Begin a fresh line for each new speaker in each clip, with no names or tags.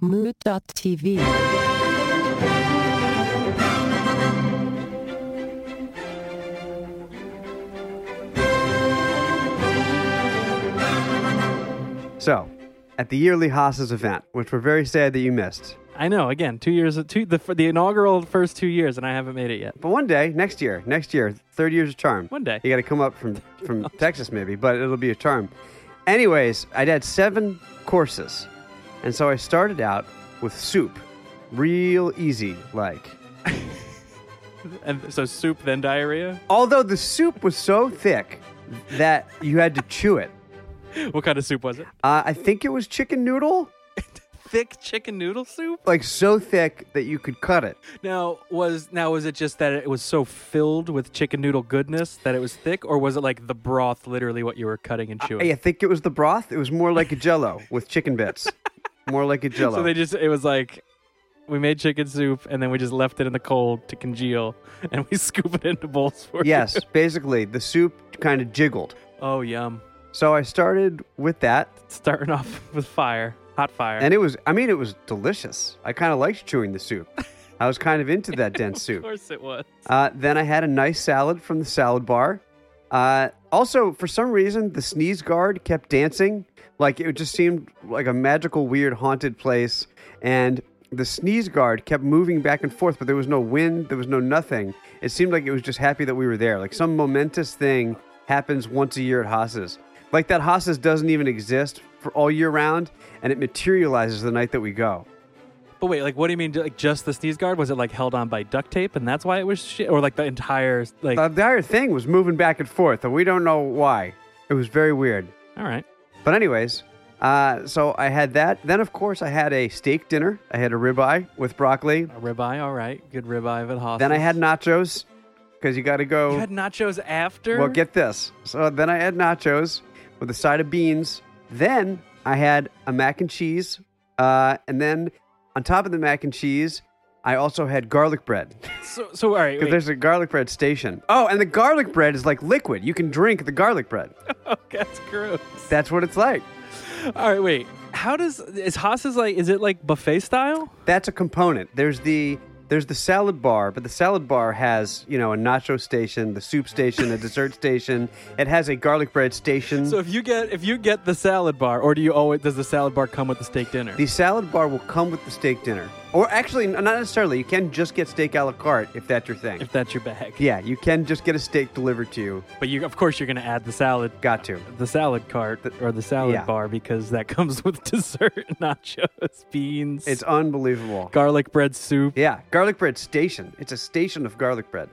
Mood.tv.
So, at the yearly Haas's event, which we're very sad that you missed.
I know. Again, two years, two the the inaugural first two years, and I haven't made it yet.
But one day, next year, next year, third year's a charm.
One day. Oh.
You got to come up from, from Texas, maybe, but it'll be a charm. Anyways, I'd had seven courses. And so I started out with soup. Real easy, like.
And so soup, then diarrhea.
Although the soup was so thick that you had to chew it.
What kind of soup was it?
Uh, I think it was chicken noodle,
Thick chicken noodle soup.
like so thick that you could cut it.
Now was now was it just that it was so filled with chicken noodle goodness that it was thick, or was it like the broth, literally what you were cutting and chewing?
I think it was the broth. It was more like a jello with chicken bits. More like a jello.
So they just it was like we made chicken soup and then we just left it in the cold to congeal and we scoop it into bowls for you.
yes, basically, the soup kind of jiggled.
Oh yum.
So I started with that,
Starting off with fire, hot fire.
and it was, I mean, it was delicious. I kind of liked chewing the soup. I was kind of into that dense
of
soup.
course it was.
Uh, then I had a nice salad from the salad bar. Uh, also, for some reason, the sneeze guard kept dancing. Like it just seemed like a magical, weird, haunted place. And the sneeze guard kept moving back and forth, but there was no wind, there was no nothing. It seemed like it was just happy that we were there. Like some momentous thing happens once a year at Haas's. Like that Haas's doesn't even exist for all year round, and it materializes the night that we go.
But wait, like what do you mean? Like just the sneeze guard? Was it like held on by duct tape and that's why it was shit, or like the entire like?
The entire thing was moving back and forth, and we don't know why. It was very weird.
all right.
But anyways, uh, so I had that. Then of course I had a steak dinner. I had a ribeye with broccoli.
A ribeye, all right. Good ribeye at Hoss.
Then I had nachos because you got to
you
go.
had nachos after.
well, get this. So then I had nachos with a side of beans. Then I had a mac and cheese, uh, and then on top of the mac and cheese, I also had garlic bread
so, so all right.
because
Wait.
there's a garlic bread station. Oh, and the garlic bread is like liquid. You can drink the garlic bread.
Oh, that's gross.
That's what it's like.
All right, wait. How does is Haas's like? Is it like buffet style?
that's a component. There's the there's the salad bar, but the salad bar has you know a nacho station, the soup station, a dessert station. It has a garlic bread station.
So if you get if you get the salad bar, or do you owe it? Does the salad bar come with the steak dinner?
the salad bar will come with the steak dinner, or actually, n- not necessarily. You can just get steak a la carte if that's your thing.
if that's your bag,
Yeah, you can just get a steak delivered to you.
But you of course you're gonna add the salad
Got to.
the salad cart or the salad
yeah.
bar because that comes with dessert, nachos, beans,
It's unbelievable.
garlic bread soup.
Yeah, garlic bread station. It's a station of garlic bread,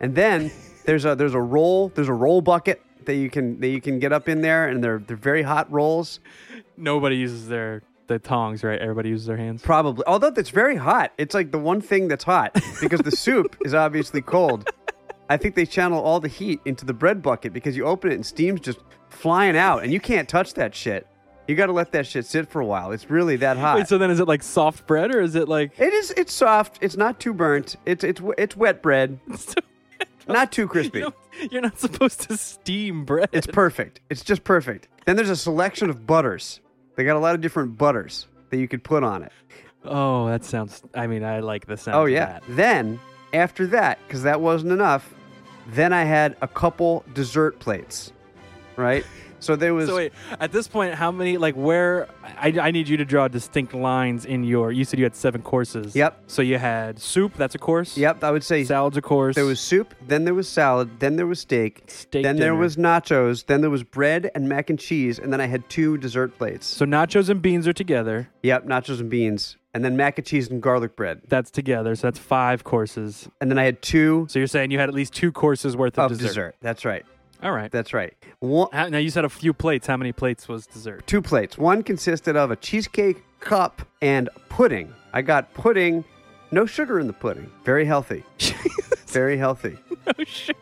and then there's a there's a roll there's a roll bucket that you can that you can get up in there, and they're they're very hot rolls.
Nobody uses their the tongs, right? Everybody uses their hands.
Probably. Although it's very hot. It's like the one thing that's hot because the soup is obviously cold. I think they channel all the heat into the bread bucket because you open it and steam's just flying out and you can't touch that shit. You got to let that shit sit for a while. It's really that hot.
Wait, so then is it like soft bread or is it like
it is it's soft, it's not too burnt. It's it's it's wet bread, not too crispy.
No, You're not supposed to steam bread.
It's perfect. It's just perfect. Then there's a selection of butters. They got a lot of different butters that you could put on it.
oh, that sounds. I mean, I like the sound.
Oh
of
yeah.
that.
Then after that, because that wasn't enough, then I had a couple dessert plates, right? So there was
So wait, at this point, how many? Like, where? I, I need you to draw distinct lines in your. You said you had seven courses.
Yep.
So you had soup. That's a course.
yep. I would say
Salads a course.
there was soup, then there was salad, then there was steak,
Steak
then there
dinner.
was nachos, then there was bread and mac and cheese, and then I had two dessert plates.
So nachos and beans are together.
yep, nachos and beans, and then mac and cheese and garlic bread,
That's together. So that's five courses.
and then I had two
So you're saying you had at least two courses worth of,
of dessert. That's right.
All right.
That's right. One,
How- now you said a few plates. How many plates was dessert?
two plates. One consisted of a cheesecake cup and pudding. I got pudding, no sugar in the pudding. Very healthy. Very healthy.
no sugar.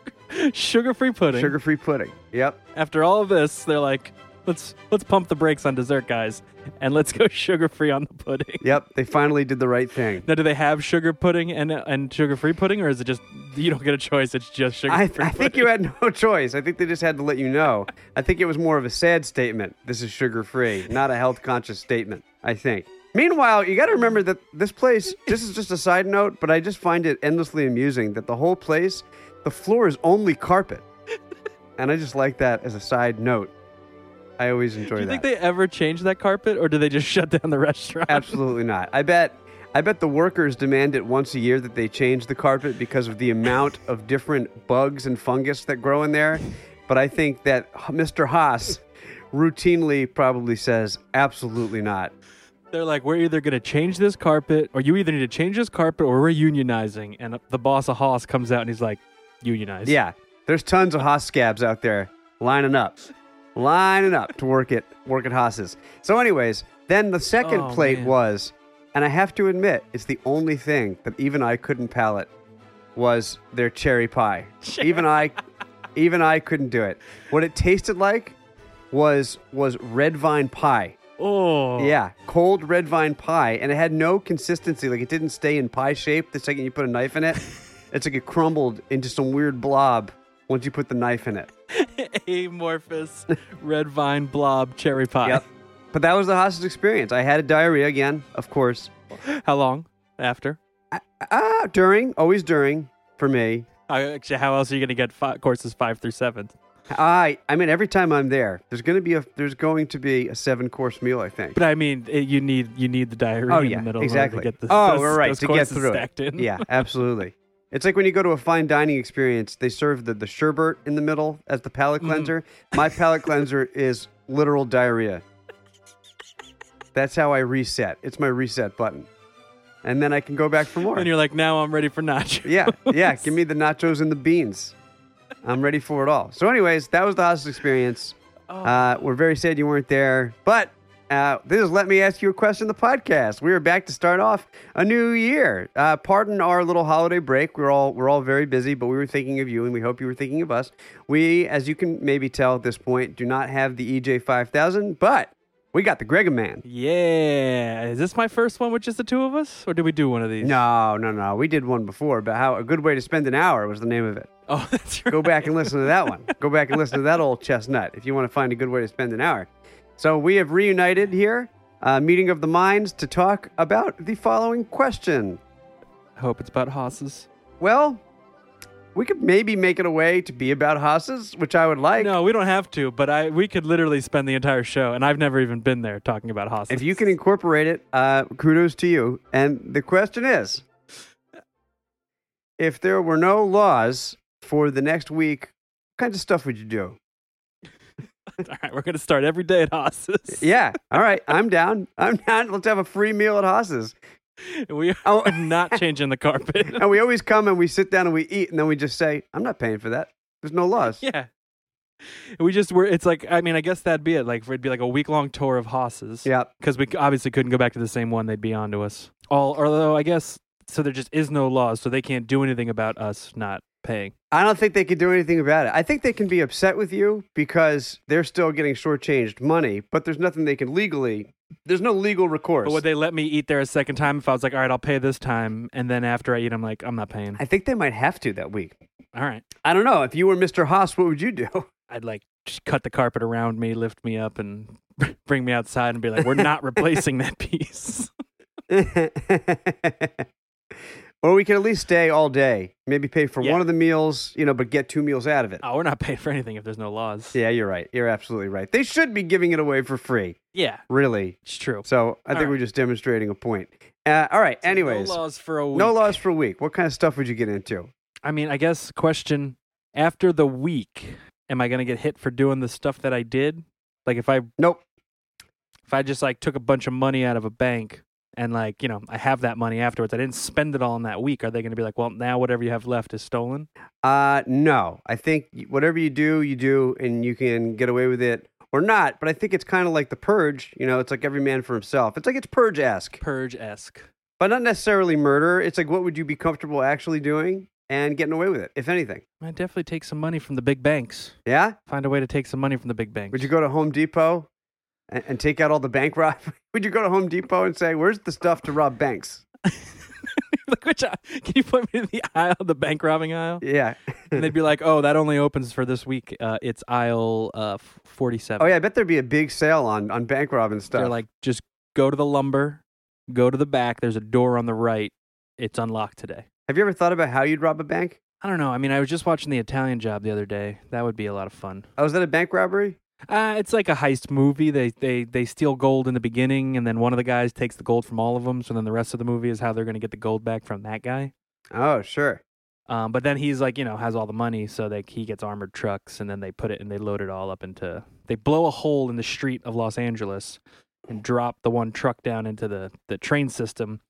Sugar-free pudding.
Sugar free pudding. Yep.
After all of this, they're like, let's let's pump the brakes on dessert, guys, and let's go sugar-free on the pudding.
Yep. They finally did the right thing.
Now, do they have sugar pudding and and sugar free pudding, or is it just you don't get a choice? It's just sugar.
I, I think you had no choice. I think they just had to let you know. I think it was more of a sad statement. This is sugar free, not a health conscious statement, I think. Meanwhile, you got to remember that this place, this is just a side note, but I just find it endlessly amusing that the whole place, the floor is only carpet. And I just like that as a side note. I always enjoy
Do you
that.
think they ever change that carpet, or do they just shut down the restaurant?
Absolutely not. I bet I bet the workers demand it once a year that they change the carpet because of the amount of different bugs and fungus that grow in there. But I think that H- Mr. Haas routinely probably says absolutely not.
They're like, we're either going to change this carpet, or you either need to change this carpet, or we're unionizing. And the boss of Haas comes out and he's like, unionize.
Yeah, there's tons of Haas scabs out there lining up, lining up to work at work at Haas's. So, anyways, then the second
Oh,
plate
man.
was, and I have to admit, it's the only thing that even I couldn't palate was their cherry pie. Even I, even I couldn't do it. What it tasted like was was red vine pie.
Oh.
Yeah, cold red vine pie, and it had no consistency. Like it didn't stay in pie shape the second you put a knife in it. it's like it crumbled into some weird blob once you put the knife in it.
Amorphous red vine blob cherry pie.
Yep. But that was the hostage experience. I had a diarrhea again, of course.
How long after?
Ah, during, always during for me.
I, Uh, actually, how else are you going to get fi- courses five through seven?
I, I mean, every time I'm there, there's gonna be a, there's going to be a seven course meal. I think.
But I mean, it, you need you need the diarrhea
Oh
in
yeah,
the middle in order
exactly.
to get the,
oh,
those,
we're right
those
to get
courses
through
stacked
it.
in.
Yeah, absolutely. It's like when you go to a fine dining experience, they serve the, the sherbet in the middle as the palate
Mm-hmm.
cleanser. My palate cleanser is literal diarrhea. That's how I reset. It's my reset button. And then I can go back for more.
And you're like, now I'm ready for nacho.
Yeah, yeah. Give me the nachos and the beans. I'm ready for it all. So, anyways, that was the hostage experience. Uh, we're very sad you weren't there, but uh, this is let me ask you a question. The podcast. We are back to start off a new year. Uh, pardon our little holiday break. We're all we're all very busy, but we were thinking of you, and we hope you were thinking of us. We, as you can maybe tell at this point, do not have the E EJ 5000, but we got the Grega Man.
Yeah. Is this my first one with just the two of us, or did we do one of these?
No, no, no. We did one before, but how a good way to spend an hour was the name of it.
Oh, that's right.
go back and listen to that one. Go back and listen to that old chestnut if you want to find a good way to spend an hour. So we have reunited here, uh, meeting of the minds, to talk about the following question.
I hope it's about Haas's.
Well, we could maybe make it a way to be about hosses, which I would like.
No, we don't have to, but I we could literally spend the entire show, and I've never even been there talking about Haas.
If you can incorporate it, uh, kudos to you. And the question is if there were no laws for the next week, what kinds of stuff would you do?
all right, we're gonna start every day at Haas's.
Yeah. All right. I'm down. I'm down. Let's have a free meal at Haas's.
we are
Oh.
not changing the carpet.
and we always come and we sit down and we eat and then we just say, I'm not paying for that. There's no laws.
yeah, we just were. It's like I mean, I guess that'd be it. Like it'd be like a week long tour of Haas's.
Yeah.
because we c- obviously couldn't go back to the same one. They'd be on to us. All although I guess so there just is no laws, so they can't do anything about us not paying.
I don't think they can do anything about it. I think they can be upset with you because they're still getting shortchanged money, but there's nothing they can legally, there's no legal recourse.
But would they let me eat there a second time if I was like, all right, I'll pay this time, and then after I eat, I'm like, I'm not paying.
I think they might have to that week.
All right.
I don't know. If you were Mr. Haas, what would you do?
I'd like just cut the carpet around me, lift me up, and bring me outside and be like, "We're not replacing that piece."
or we could at least stay all day, maybe pay for
Yeah.
one of the meals, you know, but get two meals out of it.
Oh, we're not paying for anything if there's no laws.
Yeah, you're right. You're absolutely right. They should be giving it away for free,
Yeah,
really.
it's true.
So I think
right.
we're just demonstrating a point. Uh, all right. Anyways,
no
no,
laws for a week.
laws for a week. What kind of stuff would you get into?
I mean, I guess question after the week, am I going to get hit for doing the stuff that I did? Like if I
Nope.
if I just like took a bunch of money out of a bank and like you know I have that money afterwards, I didn't spend it all in that week. Are they going to be like, well, now whatever you have left is stolen?
Uh, no. I think y- whatever you do, you do, and you can get away with it or not. But I think it's kind of like the purge. You know, it's like every man for himself. It's like it's purge esque,
Purge esque.
but not necessarily murder. It's like what would you be comfortable actually doing and getting away with it, if anything.
I definitely take some money from the big banks.
Yeah.
Find a way to take some money from the big banks.
Would you go to Home Depot and, and take out all the bank rob? would you go to Home Depot and say, "Where's the stuff to rob banks"?
like which aisle? can you point me to the aisle, the bank robbing aisle?
Yeah.
And they'd be like, "Oh, that only opens for this week. Uh, it's aisle uh, f-
Oh
forty-seven.
yeah, I bet there'd be a big sale on on bank robbing stuff.
They're like, just go to the lumber Go to the back. There's a door on the right. It's unlocked today.
Have you ever thought about how you'd rob a bank?
I don't know. I mean, I was just watching The Italian Job the other day. That would be a lot of fun.
Oh, is that a bank robbery?
Uh, it's like a heist movie. They they they steal gold in the beginning, and then one of the guys takes the gold from all of them. So then the rest of the movie is how they're going to get the gold back from that guy.
Oh, sure.
Um, but then he's like, you know, has all the money, so like he gets armored trucks, and then they put it and they load it all up into. They blow a hole in the street of Los Angeles, and drop the one truck down into the the train system,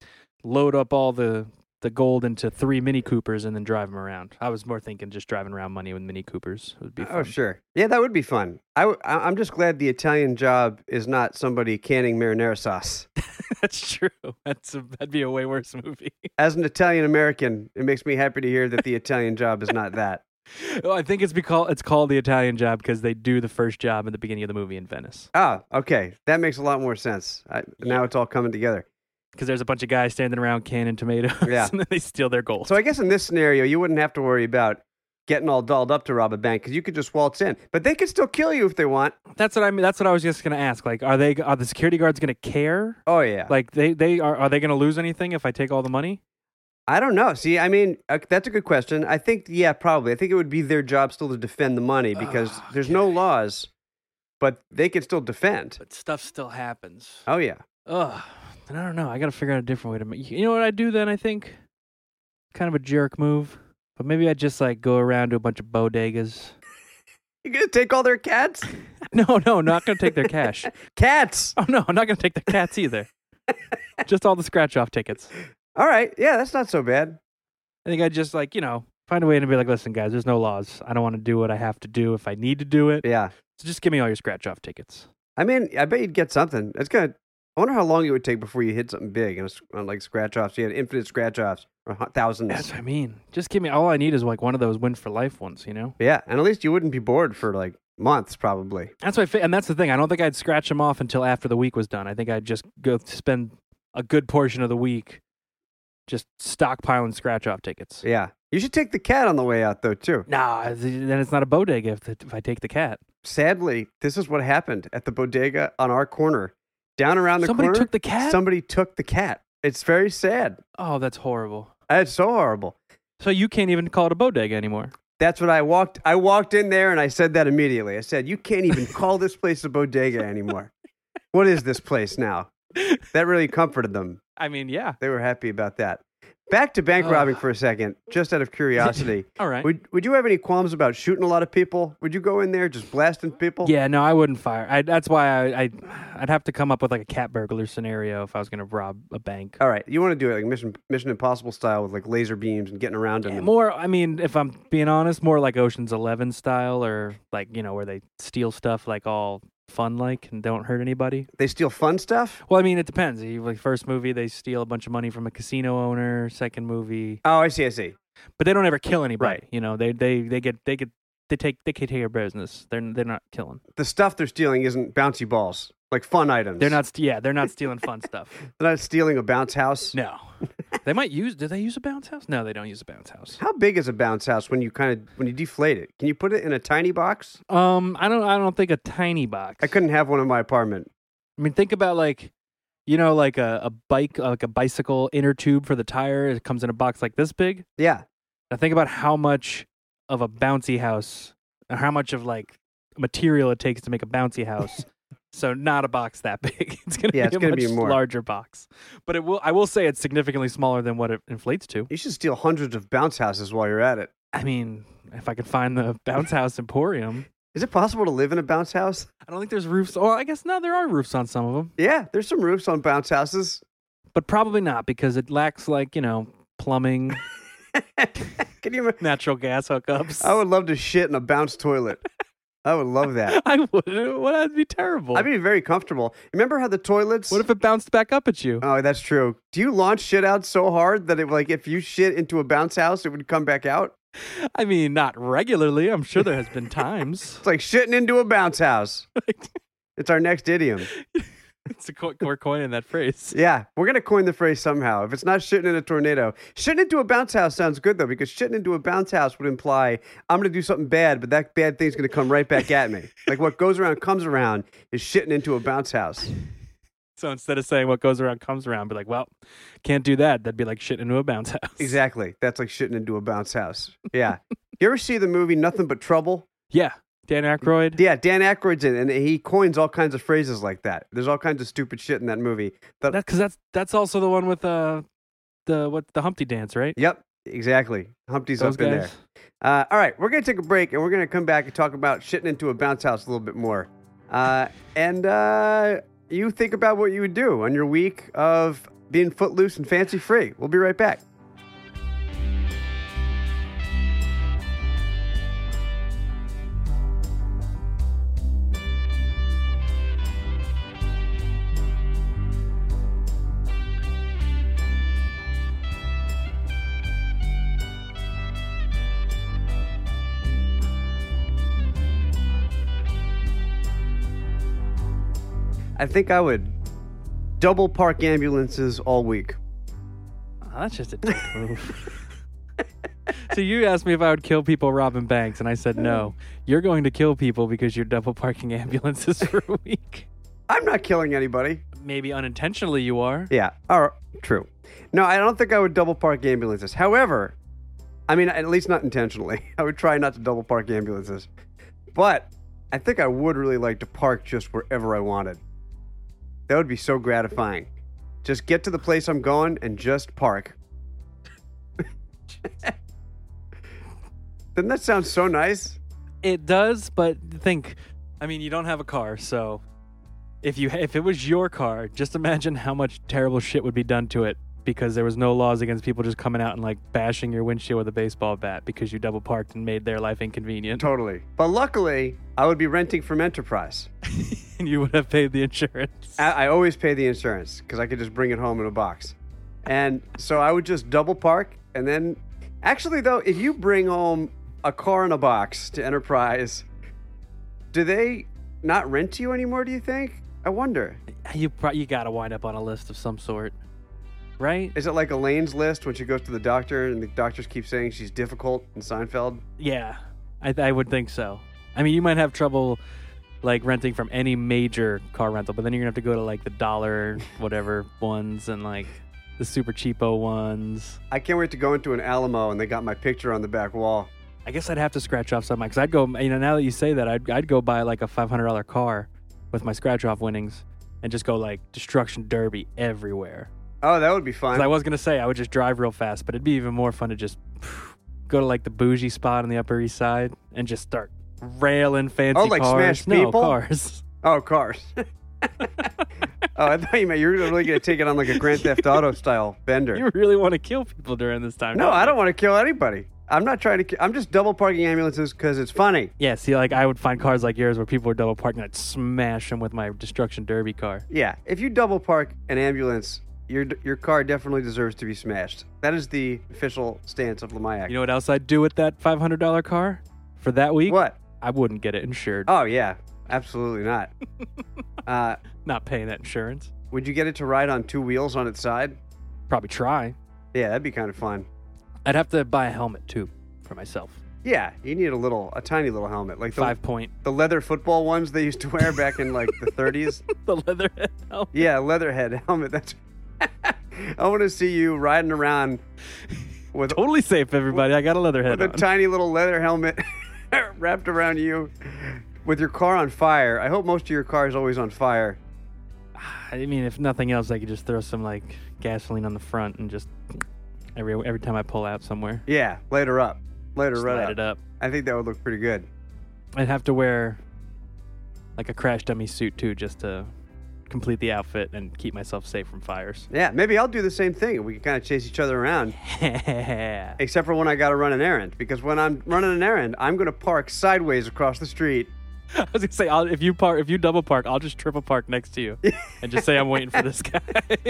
load up all the the gold into three Mini Coopers, and then drive them around. I was more thinking just driving around money with Mini Coopers would be. Fun.
Oh, sure. Yeah, that would be fun. I, w- I- I'm just glad the Italian job is not somebody canning marinara sauce.
That's true. That's a, that'd be a way worse movie.
As an Italian American, it makes me happy to hear that the Italian job is not that.
Well, I think it's because it's called the Italian Job because they do the first job at the beginning of the movie in Venice.
Ah, okay. That makes a lot more sense. I, Now it's all coming together.
Because there's a bunch of guys standing around canning tomatoes,
Yeah.
and then they steal their gold.
So I guess in this scenario, you wouldn't have to worry about getting all dolled up to rob a bank because you could just waltz in. But they could still kill you if they want.
that's what I mean. That's what I was just gonna ask. Like, are they? Are the security guards gonna care?
Oh, yeah.
Like, they they are. Are they gonna lose anything if I take all the money?
I don't know. See, I mean, uh, that's a good question. I think, yeah, probably. I think it would be their job still to defend the money because there's no laws, but they can still defend.
But stuff still happens.
Oh yeah,
Ugh. And I don't know. I gotta figure out a different way to make. You know what I do then? I think kind of a jerk move, but maybe I just like go around to a bunch of bodegas.
you gonna take all their cats?
No, no, not gonna take their cash.
Cats.
Oh no, I'm not gonna take the cats either. just all the scratch off tickets.
All right. Yeah, that's not so bad.
I think I just like, you know, find a way to be like, listen, guys, there's no laws. I don't want to do what I have to do if I need to do it.
Yeah.
So just give me all your scratch off tickets.
I mean, I bet you'd get something. It's gonna. I wonder how long it would take before you hit something big and it's on like scratch offs. You had infinite scratch offs or hu-
That's
thousands.
what I mean. Just give me all I need is like one of those win for life ones, you know?
Yeah, and at least you wouldn't be bored for like months, probably.
That's what I fi- and that's the thing. I don't think I'd scratch them off until after the week was done. I think I'd just go spend a good portion of the week just stockpiling scratch off tickets.
Yeah, you should take the cat on the way out though too.
Nah, then it's not a bodega if, if I take the cat.
sadly, this is what happened at the bodega on our corner. Down around the
Somebody
corner,
took the cat?
Somebody took the cat. It's very sad.
Oh, that's horrible.
It's so horrible.
So you can't even call it a bodega anymore.
That's what I walked. I walked in there and I said that immediately. I said, "You can't even call this place a bodega anymore. what is this place now?" That really comforted them.
I mean, yeah.
They were happy about that. Back to bank
Ugh.
robbing for a second, just out of curiosity.
All right.
Would Would you have any qualms about shooting a lot of people? Would you go in there just blasting people?
yeah, no, I wouldn't fire. I, that's why I, I, I'd have to come up with like a cat burglar scenario if I was going to rob a bank.
All right, you want to do it like Mission Mission Impossible style with like laser beams and getting around in
Yeah,
them.
more, I mean, if I'm being honest, more like Ocean's Eleven style, or like you know where they steal stuff like all fun like and don't hurt anybody.
They steal fun stuff.
Well, I mean, it depends. You- Like first movie, they steal a bunch of money from a casino owner. Second movie,
Oh, I see, I see.
but they don't ever kill anybody.
Right.
You know, they they they get they get they take they can take care of business. They're they're not killing.
The stuff they're stealing isn't bouncy balls, like fun items.
They're not. st- Yeah, they're not stealing fun stuff.
They're not stealing a bounce house.
No, they might use. Do they use a bounce house? No, they don't use a bounce house.
How big is a bounce house when you kind of when you deflate it? Can you put it in a tiny box?
Um, I don't. I don't think a tiny box.
I couldn't have one in my apartment.
I mean, think about like, you know, like a, a bike, like a bicycle inner tube for the tire. It comes in a box like this big.
Yeah,
Now think about how much of a bouncy house, or how much of like material it takes to make a bouncy house. so not a box that big. It's gonna
Yeah,
be
it's
a
gonna
much
be more.
larger box. But it will. I will say it's significantly smaller than what it inflates to.
you should steal hundreds of bounce houses while you're at it.
I mean, if I could find the bounce house emporium.
Is it possible to live in a bounce house?
I don't think there's roofs. Or I guess no, there are roofs on some of them,
Yeah, there's some roofs on bounce houses.
but probably not because it lacks like you know plumbing,
Can you? ima-
natural gas hookups.
I would love to shit in a bounce toilet. I would love that.
I would. What? That'd be terrible.
I'd be very comfortable. Remember how the toilets?
what if it bounced back up at you?
oh, that's true. Do you launch shit out so hard that it like if you shit into a bounce house, it would come back out?
I mean, not regularly. I'm sure there has been times.
It's like shitting into a bounce house. it's our next idiom.
it's a co- we're coining that phrase.
Yeah, we're gonna coin the phrase somehow. If it's not shitting in a tornado, shitting into a bounce house sounds good though because shitting into a bounce house would imply I'm gonna do something bad, but that bad thing's gonna come right back at me. like what goes around comes around is shitting into a bounce house.
So instead of saying what goes around comes around, be like, well, can't do that. That'd be like shitting into a bounce house.
Exactly. That's like shitting into a bounce house. Yeah. you ever see the movie Nothing But Trouble?
Yeah. Dan Aykroyd.
Yeah, Dan Aykroyd's in, it, and he coins all kinds of phrases like that. There's all kinds of stupid shit in that movie. But
Because that's that's also the one with uh the what the Humpty Dance, right?
yep, exactly. Humpty's
Those
up in there.
guys.
Uh, all right, we're gonna take a break, and we're gonna come back and talk about shitting into a bounce house a little bit more. Uh, and uh, you think about what you would do on your week of being footloose and fancy free. We'll be right back. I think I would double park ambulances all week.
Oh, that's just a dick move. so you asked me if I would kill people robbing banks, and I said no. You're going to kill people because you're double parking ambulances for a week.
I'm not killing anybody.
Maybe unintentionally you are.
Yeah. All right. True. No, I don't think I would double park ambulances. However, I mean, at least not intentionally. I would try not to double park ambulances. But I think I would really like to park just wherever I wanted. That would be so gratifying. Just get to the place I'm going and just park. Doesn't that sound so nice?
It does, but think, I mean, you don't have a car, so if you if it was your car, just imagine how much terrible shit would be done to it because there was no laws against people just coming out and like bashing your windshield with a baseball bat because you double parked and made their life inconvenient,
Totally. But luckily, I would be renting from Enterprise.
and you would have paid the insurance.
I, I always pay the insurance because I could just bring it home in a box. And so I would just double park. And then, actually, though, if you bring home a car in a box to Enterprise, do they not rent to you anymore, do you think? I wonder.
You pro- you gotta wind up on a list of some sort, right?
Is it like Elaine's list when she goes to the doctor and the doctors keep saying she's difficult in Seinfeld?
Yeah, I, I would think so. I mean, you might have trouble like renting from any major car rental, but then you're gonna have to go to like the dollar whatever ones and like the super cheapo ones.
I can't wait to go into an Alamo and they got my picture on the back wall.
I guess I'd have to scratch off some because I'd go. You know, now that you say that, I'd I'd go buy like a five hundred dollar car with my scratch off winnings and just go like destruction derby everywhere.
Oh, that would be fun.
'Cause I was gonna say I would just drive real fast, but it'd be even more fun to just go to like the bougie spot on the Upper East Side and just start railing fancy
Oh, like
cars.
smash
no,
people?
cars.
Oh, cars. oh, I thought you meant you were really going to take it on like a Grand Theft Auto style bender.
You really want to kill people during this time?
No,
don't you?
I don't want to kill anybody. I'm not trying to. ki- I'm just double parking ambulances because it's funny.
Yeah, see, like I would find cars like yours where people were double parking. I'd smash them with my destruction derby car.
Yeah, if you double park an ambulance, your your car definitely deserves to be smashed. That is the official stance of Lamayak.
You know what else I'd do with that five hundred dollar car for that week?
what?
I wouldn't get it insured.
Oh yeah, absolutely not. uh,
Not paying that insurance.
would you get it to ride on two wheels on its side?
Probably try.
Yeah, that'd be kind of fun.
I'd have to buy a helmet too for myself.
Yeah, you need a little, a tiny little helmet, like the,
Five point
the leather football ones they used to wear back in like the 30s.
the leatherhead helmet.
Yeah, leatherhead helmet. That's. I want to see you riding around with
Totally safe, everybody. I got a leatherhead
with a
on.
tiny little leather helmet wrapped around you with your car on fire. I hope most of your car is always on fire.
I mean, if nothing else, I could just throw some like gasoline on the front and just every every time I pull out somewhere,
Yeah, light her up. Light her
just
right
light
up.
it up.
I think that would look pretty good.
I'd have to wear like a crash dummy suit too, just to complete the outfit and keep myself safe from fires.
Yeah, maybe I'll do the same thing. We can kind of chase each other around,
Yeah.
except for when I got to run an errand. Because when I'm running an errand, I'm going to park sideways across the street.
I was gonna say, I'll, if you park, if you double park, I'll just triple park next to you and just say I'm waiting for this guy.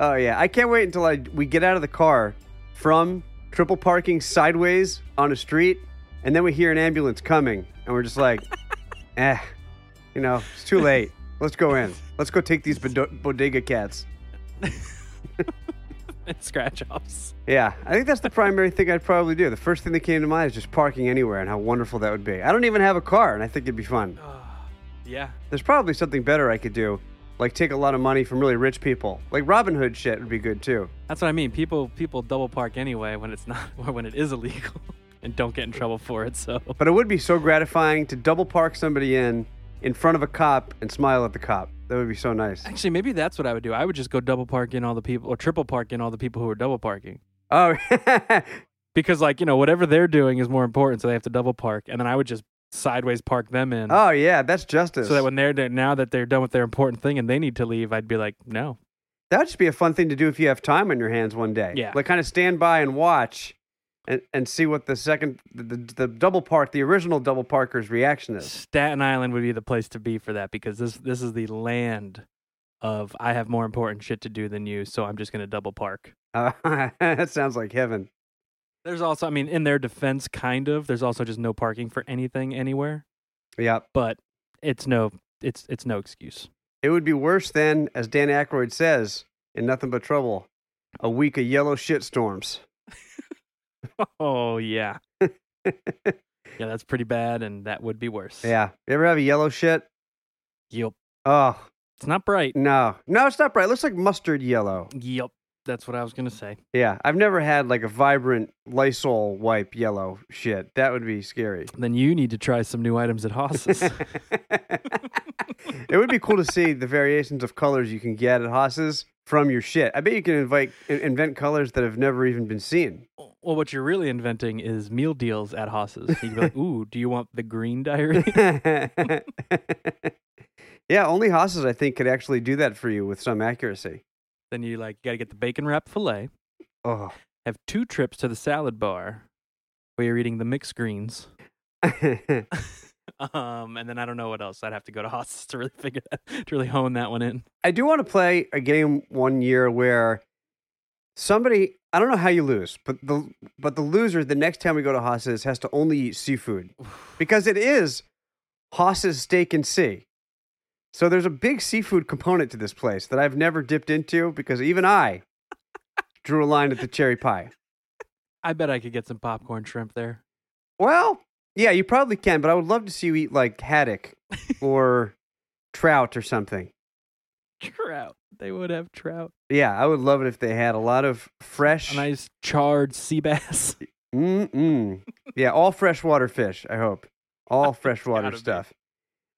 Oh yeah, I can't wait until I we get out of the car from triple parking sideways on a street, and then we hear an ambulance coming, and we're just like, eh, you know, it's too late. Let's go in. Let's go take these bod- bodega cats.
and scratch offs.
Yeah, I think that's the primary thing I'd probably do. The first thing that came to mind is just parking anywhere and how wonderful that would be. I don't even have a car, and I think it'd be fun.
Yeah.
There's probably something better I could do. Like take a lot of money from really rich people. Like Robin Hood shit would be good too.
That's what I mean. People people double park anyway when it's not or when it is illegal and don't get in trouble for it. So
But it would be so gratifying to double park somebody in in front of a cop and smile at the cop. That would be so nice.
actually, maybe that's what I would do. I would just go double park in all the people or triple park in all the people who are double parking.
Oh,
because like you know whatever they're doing is more important so they have to double park and then i would just sideways park them in
oh yeah, that's justice.
so that when they're done- now that they're done with their important thing and they need to leave i'd be like no
That would just be a fun thing to do if you have time on your hands one day.
Yeah.
Like kind of stand by and watch and, and see what the second, the, the, the double park, the original double parker's reaction is.
staten island would be the place to be for that because this this is the land of i have more important shit to do than you so i'm just going to double park
Uh, that sounds like heaven.
there's also i mean in their defense kind of there's also just no parking for anything anywhere
Yep.
but it's no it's it's no excuse
It would be worse than, as Dan Aykroyd says, in Nothing But Trouble, a week of yellow shit storms.
oh yeah yeah that's pretty bad and that would be worse
Yeah. You ever have a yellow shit?
yep
Oh,
it's not bright
no. No, it's not bright. It looks like mustard yellow.
Yep. That's what I was going to say.
Yeah. I've never had like a vibrant Lysol wipe yellow shit. That would be scary.
Then you need to try some new items at Haas's.
it would be cool to see the variations of colors you can get at Haas's from your shit. I bet you can invite in- invent colors that have never even been seen.
well, what you're really inventing is meal deals at Haas's. You can be like, ooh, do you want the green diary?
yeah, only Haas's I think could actually do that for you with some accuracy.
then you like, got to get the bacon wrap filet.
Oh,
Have two trips to the salad bar where you're eating the mixed greens. Um, and then I don't know what else. I'd have to go to Haas's to really figure that, to really hone that one in.
I do want to play a game one year where somebody I don't know how you lose, but the but the loser the next time we go to Haas's has to only eat seafood because it is Haas's steak and sea. So there's a big seafood component to this place that I've never dipped into because even I drew a line at the cherry pie.
I bet I could get some popcorn shrimp there.
Well, yeah, you probably can, but I would love to see you eat like haddock or trout or something.
Trout. They would have trout.
Yeah, I would love it if they had a lot of
A
fresh.
nice charred sea bass.
Mm-mm. Yeah, all freshwater fish, I hope. All freshwater
gotta be.
stuff.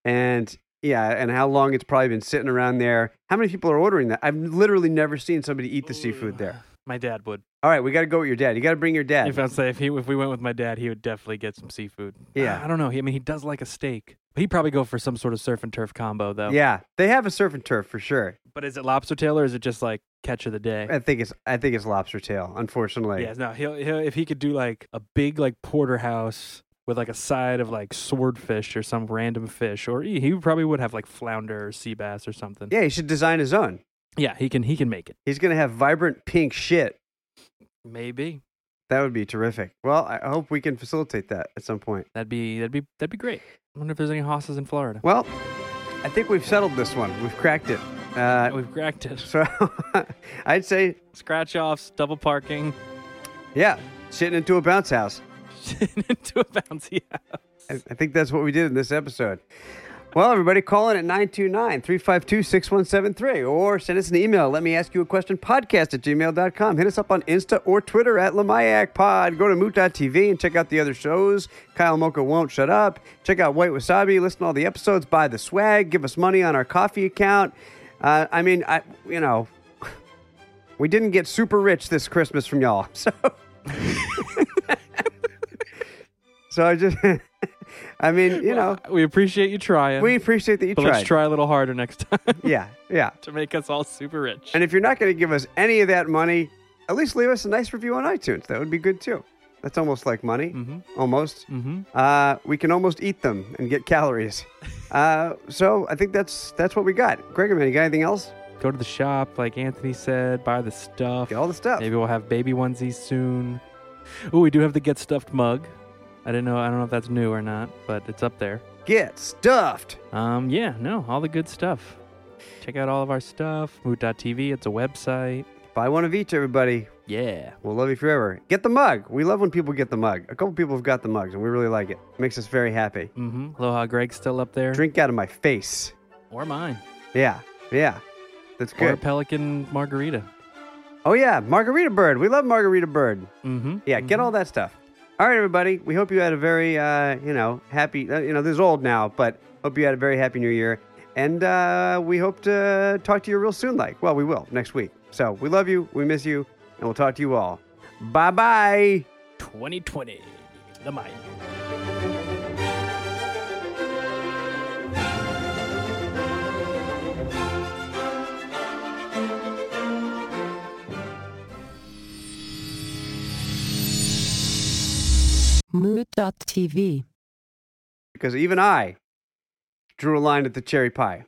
And yeah, and how long it's probably been sitting around there. How many people are ordering that? I've literally never seen somebody eat the seafood
Ooh.
there.
My dad would.
All right, we got to go with your dad. You got to bring your dad.
If I say if he if we went with my dad, he would definitely get some seafood.
Yeah.
I don't know. He, I mean, he does like a steak. He'd probably go for some sort of surf and turf combo though.
Yeah, they have a surf and turf for sure.
But is it lobster tail or is it just like catch of the day?
I think it's I think it's lobster tail, unfortunately.
Yeah. No. He'll, he'll if he could do like a big like porterhouse with like a side of like swordfish or some random fish, or he, he probably would have like flounder or sea bass or something.
Yeah, he should design his own.
Yeah. He can he can make it.
He's going to have vibrant pink shit.
Maybe
That would be terrific. Well, I I hope we can facilitate that at some point.
that'd be that'd be that'd be great. I wonder if there's any hosses in Florida.
Well, I think we've settled this one. We've cracked it. Uh,
We've cracked it.
So I'd say,
Scratch offs, double parking,
yeah, shitting into a bounce house.
into a bouncy house.
I, I think that's what we did in this episode. Well, everybody, call in at 929 352 6173 or send us an email. Let me ask you a question podcast at gmail.com. Hit us up on Insta or Twitter at Lamayak Pod. Go to moot.tv and check out the other shows. Kyle Mocha Won't Shut Up. Check out White Wasabi. Listen to all the episodes. Buy the swag. Give us money on our coffee account. Uh, I mean, I you know, we didn't get super rich this Christmas from y'all. So. So I just, I mean, you know,
we appreciate you trying.
we appreciate that you
but
tried.
let's try a little harder next time
Yeah, yeah.
to make us all super rich.
And if you're not going to give us any of that money, at least leave us a nice review on iTunes. That would be good too. That's almost like money,
Mhm.
almost.
mm-hmm.
Uh, we can almost eat them and get calories. uh, so I think that's that's what we got. Gregorman, you got anything else?
Go to the shop, like Anthony said. Buy the stuff.
Get all the stuff.
Maybe we'll have baby onesies soon. Oh, we do have the get stuffed mug. I didn't know. I don't know if that's new or not, but it's up there.
Get stuffed.
Um, yeah, no, all the good stuff. Check out all of our stuff. Mood.tv. It's a website.
Buy one of each, everybody.
Yeah.
We'll love you forever. Get the mug. We love when people get the mug. A couple people have got the mugs, and we really like it. Makes us very happy.
Mm-hmm. Aloha, Greg's still up there.
Drink out of my face.
Or mine.
Yeah. Yeah, that's
Or a
good.
pelican margarita.
Oh yeah, Margarita Bird. We love Margarita Bird.
Mm-hmm.
Yeah, get all that stuff. All right, everybody. We hope you had a very, uh, you know, happy. Uh, you know, this is old now, but hope you had a very happy New Year. And uh, we hope to talk to you real soon. Like, well, we will next week. So we love you. We miss you, and we'll talk to you all. Bye bye.
2020, the mind.
Mood.tv.
Because even I drew a line at the cherry pie.